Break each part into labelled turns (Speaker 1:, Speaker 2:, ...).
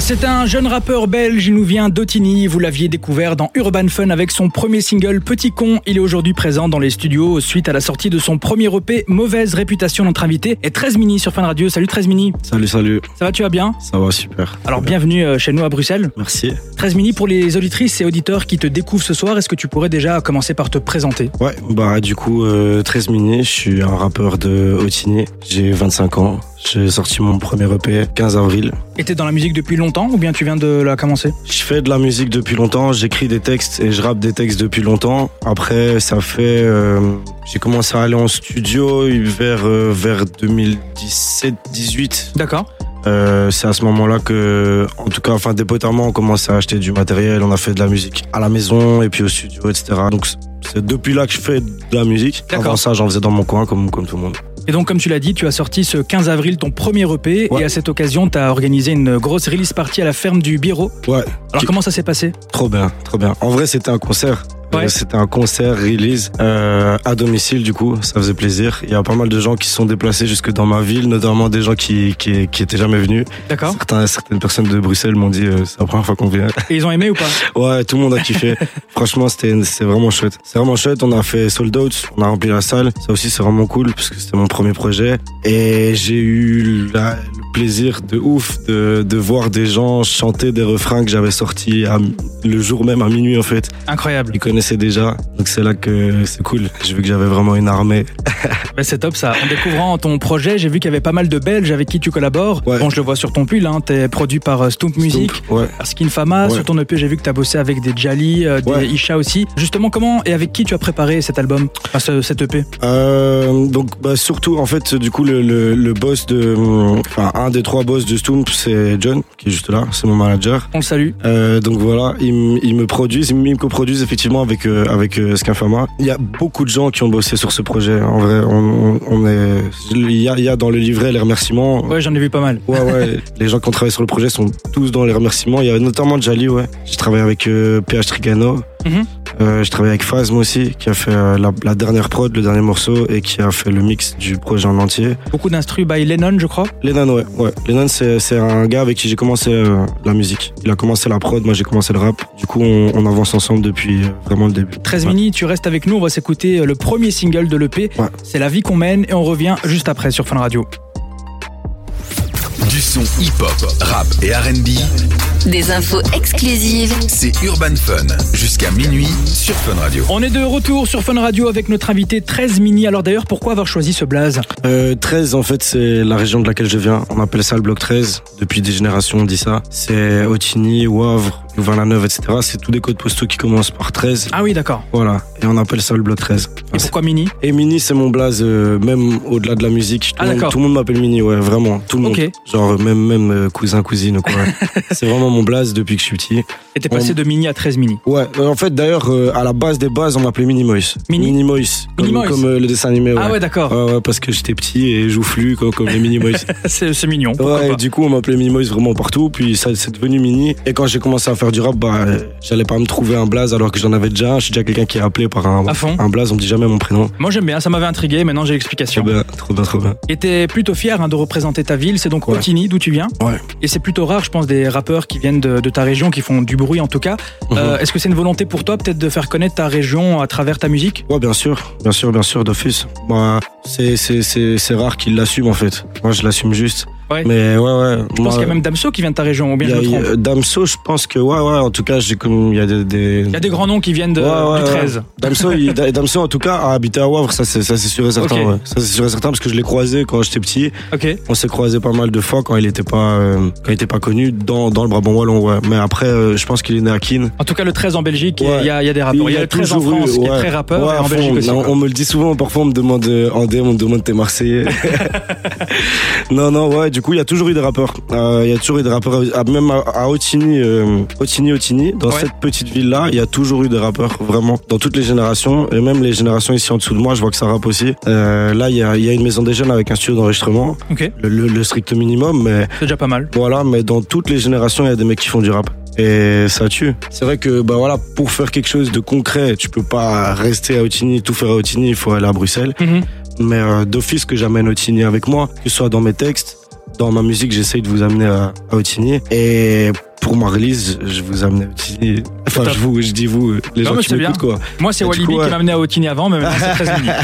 Speaker 1: C'est un jeune rappeur belge, il nous vient d'Otigny, vous l'aviez découvert dans Urban Fun avec son premier single Petit Con, il est aujourd'hui présent dans les studios suite à la sortie de son premier EP Mauvaise Réputation, notre invité est 13 Mini sur Fun Radio, salut 13 Mini,
Speaker 2: Salut, salut.
Speaker 1: ça va tu vas bien
Speaker 2: Ça va, super.
Speaker 1: Alors bienvenue euh, chez nous à Bruxelles,
Speaker 2: Merci.
Speaker 1: 13 Mini pour les auditrices et auditeurs qui te découvrent ce soir, est-ce que tu pourrais déjà commencer par te présenter
Speaker 2: Ouais, bah du coup, euh, 13 Mini, je suis un rappeur de Otigny. J'ai 25 ans. J'ai sorti mon premier EP 15 avril.
Speaker 1: Et t'es dans la musique depuis longtemps ou bien tu viens de la commencer
Speaker 2: Je fais de la musique depuis longtemps, j'écris des textes et je rappe des textes depuis longtemps. Après, ça fait... euh, j'ai commencé à aller en studio vers, euh, vers 2017-18.
Speaker 1: D'accord,
Speaker 2: Euh, c'est à ce moment-là que, en tout cas, enfin, dépotamment, on commence à acheter du matériel, on a fait de la musique à la maison et puis au studio, etc. Donc, c'est depuis là que je fais de la musique.
Speaker 1: D'accord.
Speaker 2: Avant ça, j'en faisais dans mon coin, comme, comme tout le monde.
Speaker 1: et donc comme tu l'as dit, tu as sorti ce 15 avril ton premier EP
Speaker 2: Ouais.
Speaker 1: et à cette occasion tu as organisé une grosse release party à la ferme du Biro,
Speaker 2: Ouais,
Speaker 1: alors
Speaker 2: Tu-
Speaker 1: comment ça s'est passé
Speaker 2: trop bien, trop bien. En vrai, c'était un concert.
Speaker 1: Ouais.
Speaker 2: Euh, C'était un concert release euh, à domicile du coup, ça faisait plaisir. Il y a pas mal de gens qui se sont déplacés jusque dans ma ville, notamment des gens qui qui, qui étaient jamais venus.
Speaker 1: D'accord
Speaker 2: Certains, certaines personnes de Bruxelles m'ont dit euh, c'est la première fois qu'on vient.
Speaker 1: Et ils ont aimé ou pas
Speaker 2: Ouais, tout le monde a kiffé. Franchement, c'était c'était vraiment chouette. C'est vraiment chouette. On a fait sold out, on a rempli la salle. Ça aussi, c'est vraiment cool parce que c'était mon premier projet et j'ai eu la- le plaisir de ouf de, de voir des gens chanter des refrains que j'avais sortis à- le jour même à minuit en fait.
Speaker 1: Incroyable.
Speaker 2: Ils connaissaient déjà, donc c'est là que c'est cool. J'ai vu que j'avais vraiment une armée.
Speaker 1: Bah, c'est top ça. En découvrant ton projet, j'ai vu qu'il y avait pas mal de Belges avec qui tu collabores.
Speaker 2: Ouais.
Speaker 1: Bon, je le vois sur ton pull, hein, t'es produit par euh, Stomp Music.
Speaker 2: Donc, ouais.
Speaker 1: par Skin Fama,
Speaker 2: Ouais.
Speaker 1: sur ton EP, j'ai vu que t'as bossé avec des Jali, euh, des
Speaker 2: Ouais.
Speaker 1: Isha aussi. Justement, comment et avec qui tu as préparé cet album, enfin, ce- cet E EP
Speaker 2: Euh, donc bah, surtout en fait du coup le, le, le boss de enfin un des trois boss de Stomp c'est John qui est juste là c'est mon manager
Speaker 1: On le salue.
Speaker 2: Euh, donc voilà, ils, m- ils me produisent, ils me coproduisent effectivement avec euh, avec euh, Skinfama. Il y a beaucoup de gens qui ont bossé sur ce projet. hein. En vrai, on, on- on est, il y a, il y a dans le livret les remerciements.
Speaker 1: Ouais, j'en ai vu pas mal.
Speaker 2: Ouais ouais, les gens qui ont travaillé sur le projet sont tous dans les remerciements. Il y a notamment Jali ouais. J'ai travaillé avec euh, PH Trigano.
Speaker 1: Mhm.
Speaker 2: Euh, je travaille avec Phasm aussi, qui a fait euh, la, la dernière prod, le dernier morceau, et qui a fait le mix du projet en entier.
Speaker 1: Beaucoup d'instrus by Lennon, je crois.
Speaker 2: Lennon, ouais, ouais. Lennon, c'est c'est un gars avec qui j'ai commencé euh, la musique. Il a commencé la prod, moi j'ai commencé le rap. Du coup, on, on avance ensemble depuis euh, vraiment le début.
Speaker 1: 13
Speaker 2: Ouais.
Speaker 1: mini, tu restes avec nous, on va s'écouter euh, le premier single de l'EP.
Speaker 2: Ouais.
Speaker 1: C'est La vie qu'on mène et on revient juste après sur Fun Radio.
Speaker 3: Du son hip-hop, rap et RB,
Speaker 4: Des infos exclusives
Speaker 3: c'est Urban Fun. Jusqu'à minuit sur Fun Radio.
Speaker 1: On est de retour sur Fun Radio avec notre invité 13 mini. Alors d'ailleurs, pourquoi avoir choisi ce blaze
Speaker 2: Euh, 13, en fait, c'est la région de laquelle je viens. On appelle ça le bloc 13. Depuis des générations, on dit ça. C'est Otigny, Wavre, Louvain-la-Neuve, etc. C'est tous des codes postaux qui commencent par 13.
Speaker 1: Ah oui, d'accord.
Speaker 2: Voilà. Et on appelle ça le bloc 13.
Speaker 1: Et pourquoi mini
Speaker 2: Et Mini, c'est mon blaze, euh, même au-delà de la musique. Tout,
Speaker 1: Ah,
Speaker 2: le monde-
Speaker 1: d'accord.
Speaker 2: tout le monde m'appelle Mini, ouais, vraiment. Tout le
Speaker 1: Ok.
Speaker 2: monde. Genre, même, même euh, cousin, cousine, quoi. c'est vraiment mon blaze depuis que je suis petit.
Speaker 1: Et t'es
Speaker 2: On-
Speaker 1: passé de mini à 13 mini.
Speaker 2: Ouais, euh, en fait, d'ailleurs, euh, à la base des bases, on m'appelait Minimoys.
Speaker 1: Mini-
Speaker 2: Minimoys. Comme,
Speaker 1: Minimoys.
Speaker 2: comme, euh, le dessin animé, ouais.
Speaker 1: Ah ouais, d'accord.
Speaker 2: Ouais, ouais, parce que j'étais petit et joufflu comme, comme les Minimoys.
Speaker 1: C'est c'est mignon. pourquoi
Speaker 2: ouais,
Speaker 1: pas.
Speaker 2: et du coup, on m'appelait Minimoys vraiment partout, puis ça c'est devenu Mini. Et quand j'ai commencé à faire du rap, bah, euh, j'allais pas me trouver un blaze alors que j'en avais déjà un. Je suis déjà quelqu'un qui est appelé par un,
Speaker 1: À fond.
Speaker 2: un blaze, on me dit jamais mon prénom.
Speaker 1: Moi j'aime bien, ça m'avait intrigué, maintenant j'ai
Speaker 2: Trop
Speaker 1: l'explication.
Speaker 2: bien, trop bien, trop bien.
Speaker 1: Et t'es plutôt fier hein, de représenter ta ville, c'est donc
Speaker 2: Ouais.
Speaker 1: Otigny d'où tu viens.
Speaker 2: Ouais.
Speaker 1: Et c'est plutôt rare, je pense, des rappeurs qui viennent de, de ta région, qui font du bruit en tout cas.
Speaker 2: Mhm.
Speaker 1: Euh, Est-ce que c'est une volonté pour toi peut-être de faire connaître ta région à travers ta musique
Speaker 2: Ouais, bien sûr, bien sûr, bien sûr, d'office. Bah, c'est, c'est, c'est, c'est rare qu'il l'assume en fait. Moi, je l'assume juste.
Speaker 1: Ouais.
Speaker 2: Mais ouais, ouais.
Speaker 1: Je pense qu'il y a même Damso qui vient de ta région, ou bien je me
Speaker 2: euh,
Speaker 1: trompe.
Speaker 2: Damso, je pense que ouais, ouais. En tout cas, j'ai comme il y a des, des...
Speaker 1: Il y a des grands noms qui viennent de,
Speaker 2: Ouais, ouais,
Speaker 1: du
Speaker 2: ouais.
Speaker 1: 13.
Speaker 2: Damso, il- Da- Damso, en tout cas, a habité à Wavre. Ça, c'est, ça, c'est sûr et certain.
Speaker 1: Ok.
Speaker 2: ouais. Ça, c'est sûr et certain parce que je l'ai croisé quand j'étais petit.
Speaker 1: Ok.
Speaker 2: On s'est croisé pas mal de fois quand il était pas, euh, quand il était pas connu dans, dans le Brabant wallon. Ouais. Mais après, euh, je pense qu'il est né à Keene.
Speaker 1: En tout cas, le 13 en Belgique, il
Speaker 2: Ouais.
Speaker 1: y, a, il y a des rappeurs. Il y, a le 13 en France qui est
Speaker 2: ouais.
Speaker 1: très rappeur,
Speaker 2: Ouais,
Speaker 1: et
Speaker 2: à
Speaker 1: en
Speaker 2: fond.
Speaker 1: Belgique aussi.
Speaker 2: Non,
Speaker 1: quoi.
Speaker 2: on me le dit souvent, parfois on me demande euh, en DM, on me demande t'es Marseillais. non, non, ouais, du coup, il y a toujours eu des rappeurs. Euh, Il y a toujours eu des rappeurs, à- même à, à Otigny, euh, Otigny, Otigny, dans
Speaker 1: Ouais.
Speaker 2: cette petite ville-là, il y a toujours eu des rappeurs, vraiment, dans toutes les générations, et même les générations ici en dessous de moi, je vois que ça rappe aussi. Euh, là, il y a, il y a une maison des jeunes avec un studio d'enregistrement,
Speaker 1: Ok,
Speaker 2: le- le- le strict minimum, mais
Speaker 1: c'est déjà pas mal.
Speaker 2: voilà, mais dans toutes les générations, il y a des mecs qui font du rap. Et ça tue. C'est vrai que bah voilà, pour faire quelque chose de concret, tu peux pas rester à Otigny, tout faire à Otigny, il faut aller à Bruxelles.
Speaker 1: Mhm.
Speaker 2: Mais euh, d'office que j'amène Otigny avec moi, que ce soit dans mes textes, dans ma musique, j'essaye de vous amener à, à Otigny. Et pour ma release, je vous amène à Otigny. Enfin,
Speaker 1: Top.
Speaker 2: je vous, je dis vous, les
Speaker 1: Non, mais
Speaker 2: gens qui
Speaker 1: c'est bien.
Speaker 2: m'écoutent, quoi.
Speaker 1: Moi, c'est
Speaker 2: Et du
Speaker 1: Walibi
Speaker 2: coup, ouais.
Speaker 1: qui m'a amené à Otini avant, mais maintenant, c'est 13 minutes.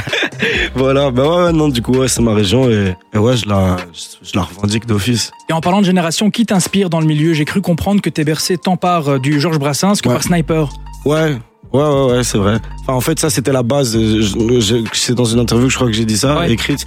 Speaker 2: Voilà, bah ouais, ouais, non, du coup, ouais, c'est ma région et, et ouais, je la, je, je la revendique d'office.
Speaker 1: Et en parlant de génération, qui t'inspire dans le milieu J'ai cru comprendre que t'es bercé tant par euh, du Georges Brassens que
Speaker 2: Ouais.
Speaker 1: par Sniper.
Speaker 2: Ouais, ouais, ouais, ouais, c'est vrai. Enfin, en fait, ça, c'était la base. Je- je- C'est dans une interview que je crois que j'ai dit ça,
Speaker 1: Ouais.
Speaker 2: écrite.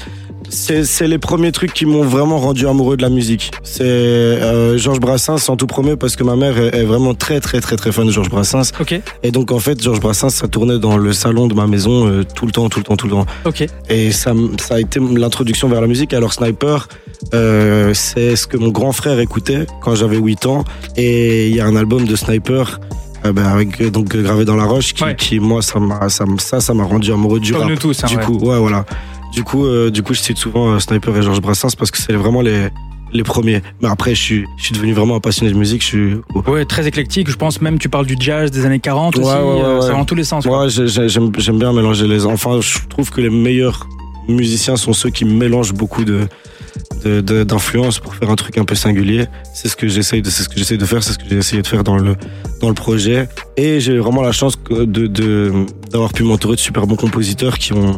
Speaker 2: C'est c'est les premiers trucs qui m'ont vraiment rendu amoureux de la musique. C'est euh, Georges Brassens en tout premier parce que ma mère est, est vraiment très, très, très, très fan de Georges Brassens.
Speaker 1: Ok,
Speaker 2: Et donc, en fait, Georges Brassens, ça tournait dans le salon de ma maison euh, tout le temps, tout le temps, tout le temps.
Speaker 1: ok.
Speaker 2: Et ça, m- ça a été l'introduction vers la musique. Alors Sniper, euh, c'est ce que mon grand frère écoutait quand j'avais 8 ans. Et il y a un album de Sniper. euh, ben, avec euh, donc euh, gravé dans la roche qui,
Speaker 1: Ouais.
Speaker 2: qui, moi ça m'a ça m- ça ça m'a rendu amoureux du
Speaker 1: Comme
Speaker 2: rap
Speaker 1: nous tous. hein,
Speaker 2: du
Speaker 1: ouais.
Speaker 2: coup ouais voilà du coup euh, du coup je cite souvent euh, Sniper et Georges Brassens parce que c'est vraiment les les premiers mais après je suis je suis devenu vraiment un passionné de musique je suis
Speaker 1: Ouais, très éclectique. Je pense même tu parles du jazz des années 40
Speaker 2: Ouais,
Speaker 1: aussi.
Speaker 2: ouais, ouais,
Speaker 1: euh, Ça
Speaker 2: ouais.
Speaker 1: va dans tous les sens. quoi.
Speaker 2: Moi, j'ai- j'ai- j'aime j'aime bien mélanger les. Enfin, je trouve que les meilleurs musiciens sont ceux qui mélangent beaucoup de de- de- d'influences pour faire un truc un peu singulier. C'est ce que j'essaye de, c'est ce que j'essaye de faire, c'est ce que j'ai essayé de faire dans le dans le projet. Et j'ai vraiment la chance que de de- d'avoir pu m'entourer de super bons compositeurs qui ont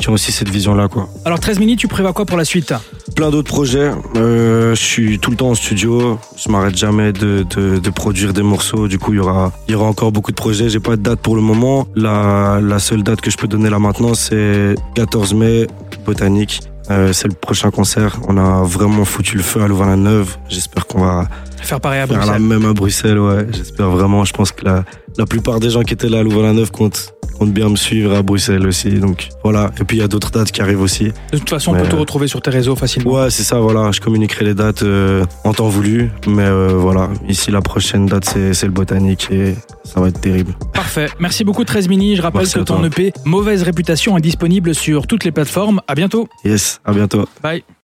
Speaker 2: qui ont aussi cette vision-là, quoi.
Speaker 1: Alors 13 minutes, tu prévois quoi pour la suite
Speaker 2: Plein d'autres projets. Euh, je suis tout le temps en studio. Je m'arrête jamais de, de, de produire des morceaux. Du coup, il y aura, il y aura encore beaucoup de projets. J'ai pas de date pour le moment. La, la seule date que je peux donner là maintenant, c'est 14 mai, Botanique. Euh, c'est le prochain concert. On a vraiment foutu le feu à Louvain-la-Neuve. J'espère qu'on va
Speaker 1: Faire pareil à
Speaker 2: faire la
Speaker 1: Bruxelles.
Speaker 2: même à Bruxelles. Ouais, j'espère vraiment. Je pense que la, la plupart des gens qui étaient là à Louvain-la-Neuve comptent, comptent bien me suivre à Bruxelles aussi. Donc voilà. Et puis il y a d'autres dates qui arrivent aussi.
Speaker 1: De toute façon, on peut
Speaker 2: Ouais.
Speaker 1: te retrouver sur tes réseaux facilement.
Speaker 2: Ouais, c'est ça, voilà. Je communiquerai les dates euh, en temps voulu. Mais euh, voilà, ici, la prochaine date, c'est c'est le botanique et ça va être terrible.
Speaker 1: Parfait. Merci beaucoup 13 mini. Je rappelle
Speaker 2: Merci
Speaker 1: que
Speaker 2: à
Speaker 1: ton E
Speaker 2: toi.
Speaker 1: EP Mauvaise réputation est disponible sur toutes les plateformes. À bientôt.
Speaker 2: Yes, à bientôt.
Speaker 1: Bye.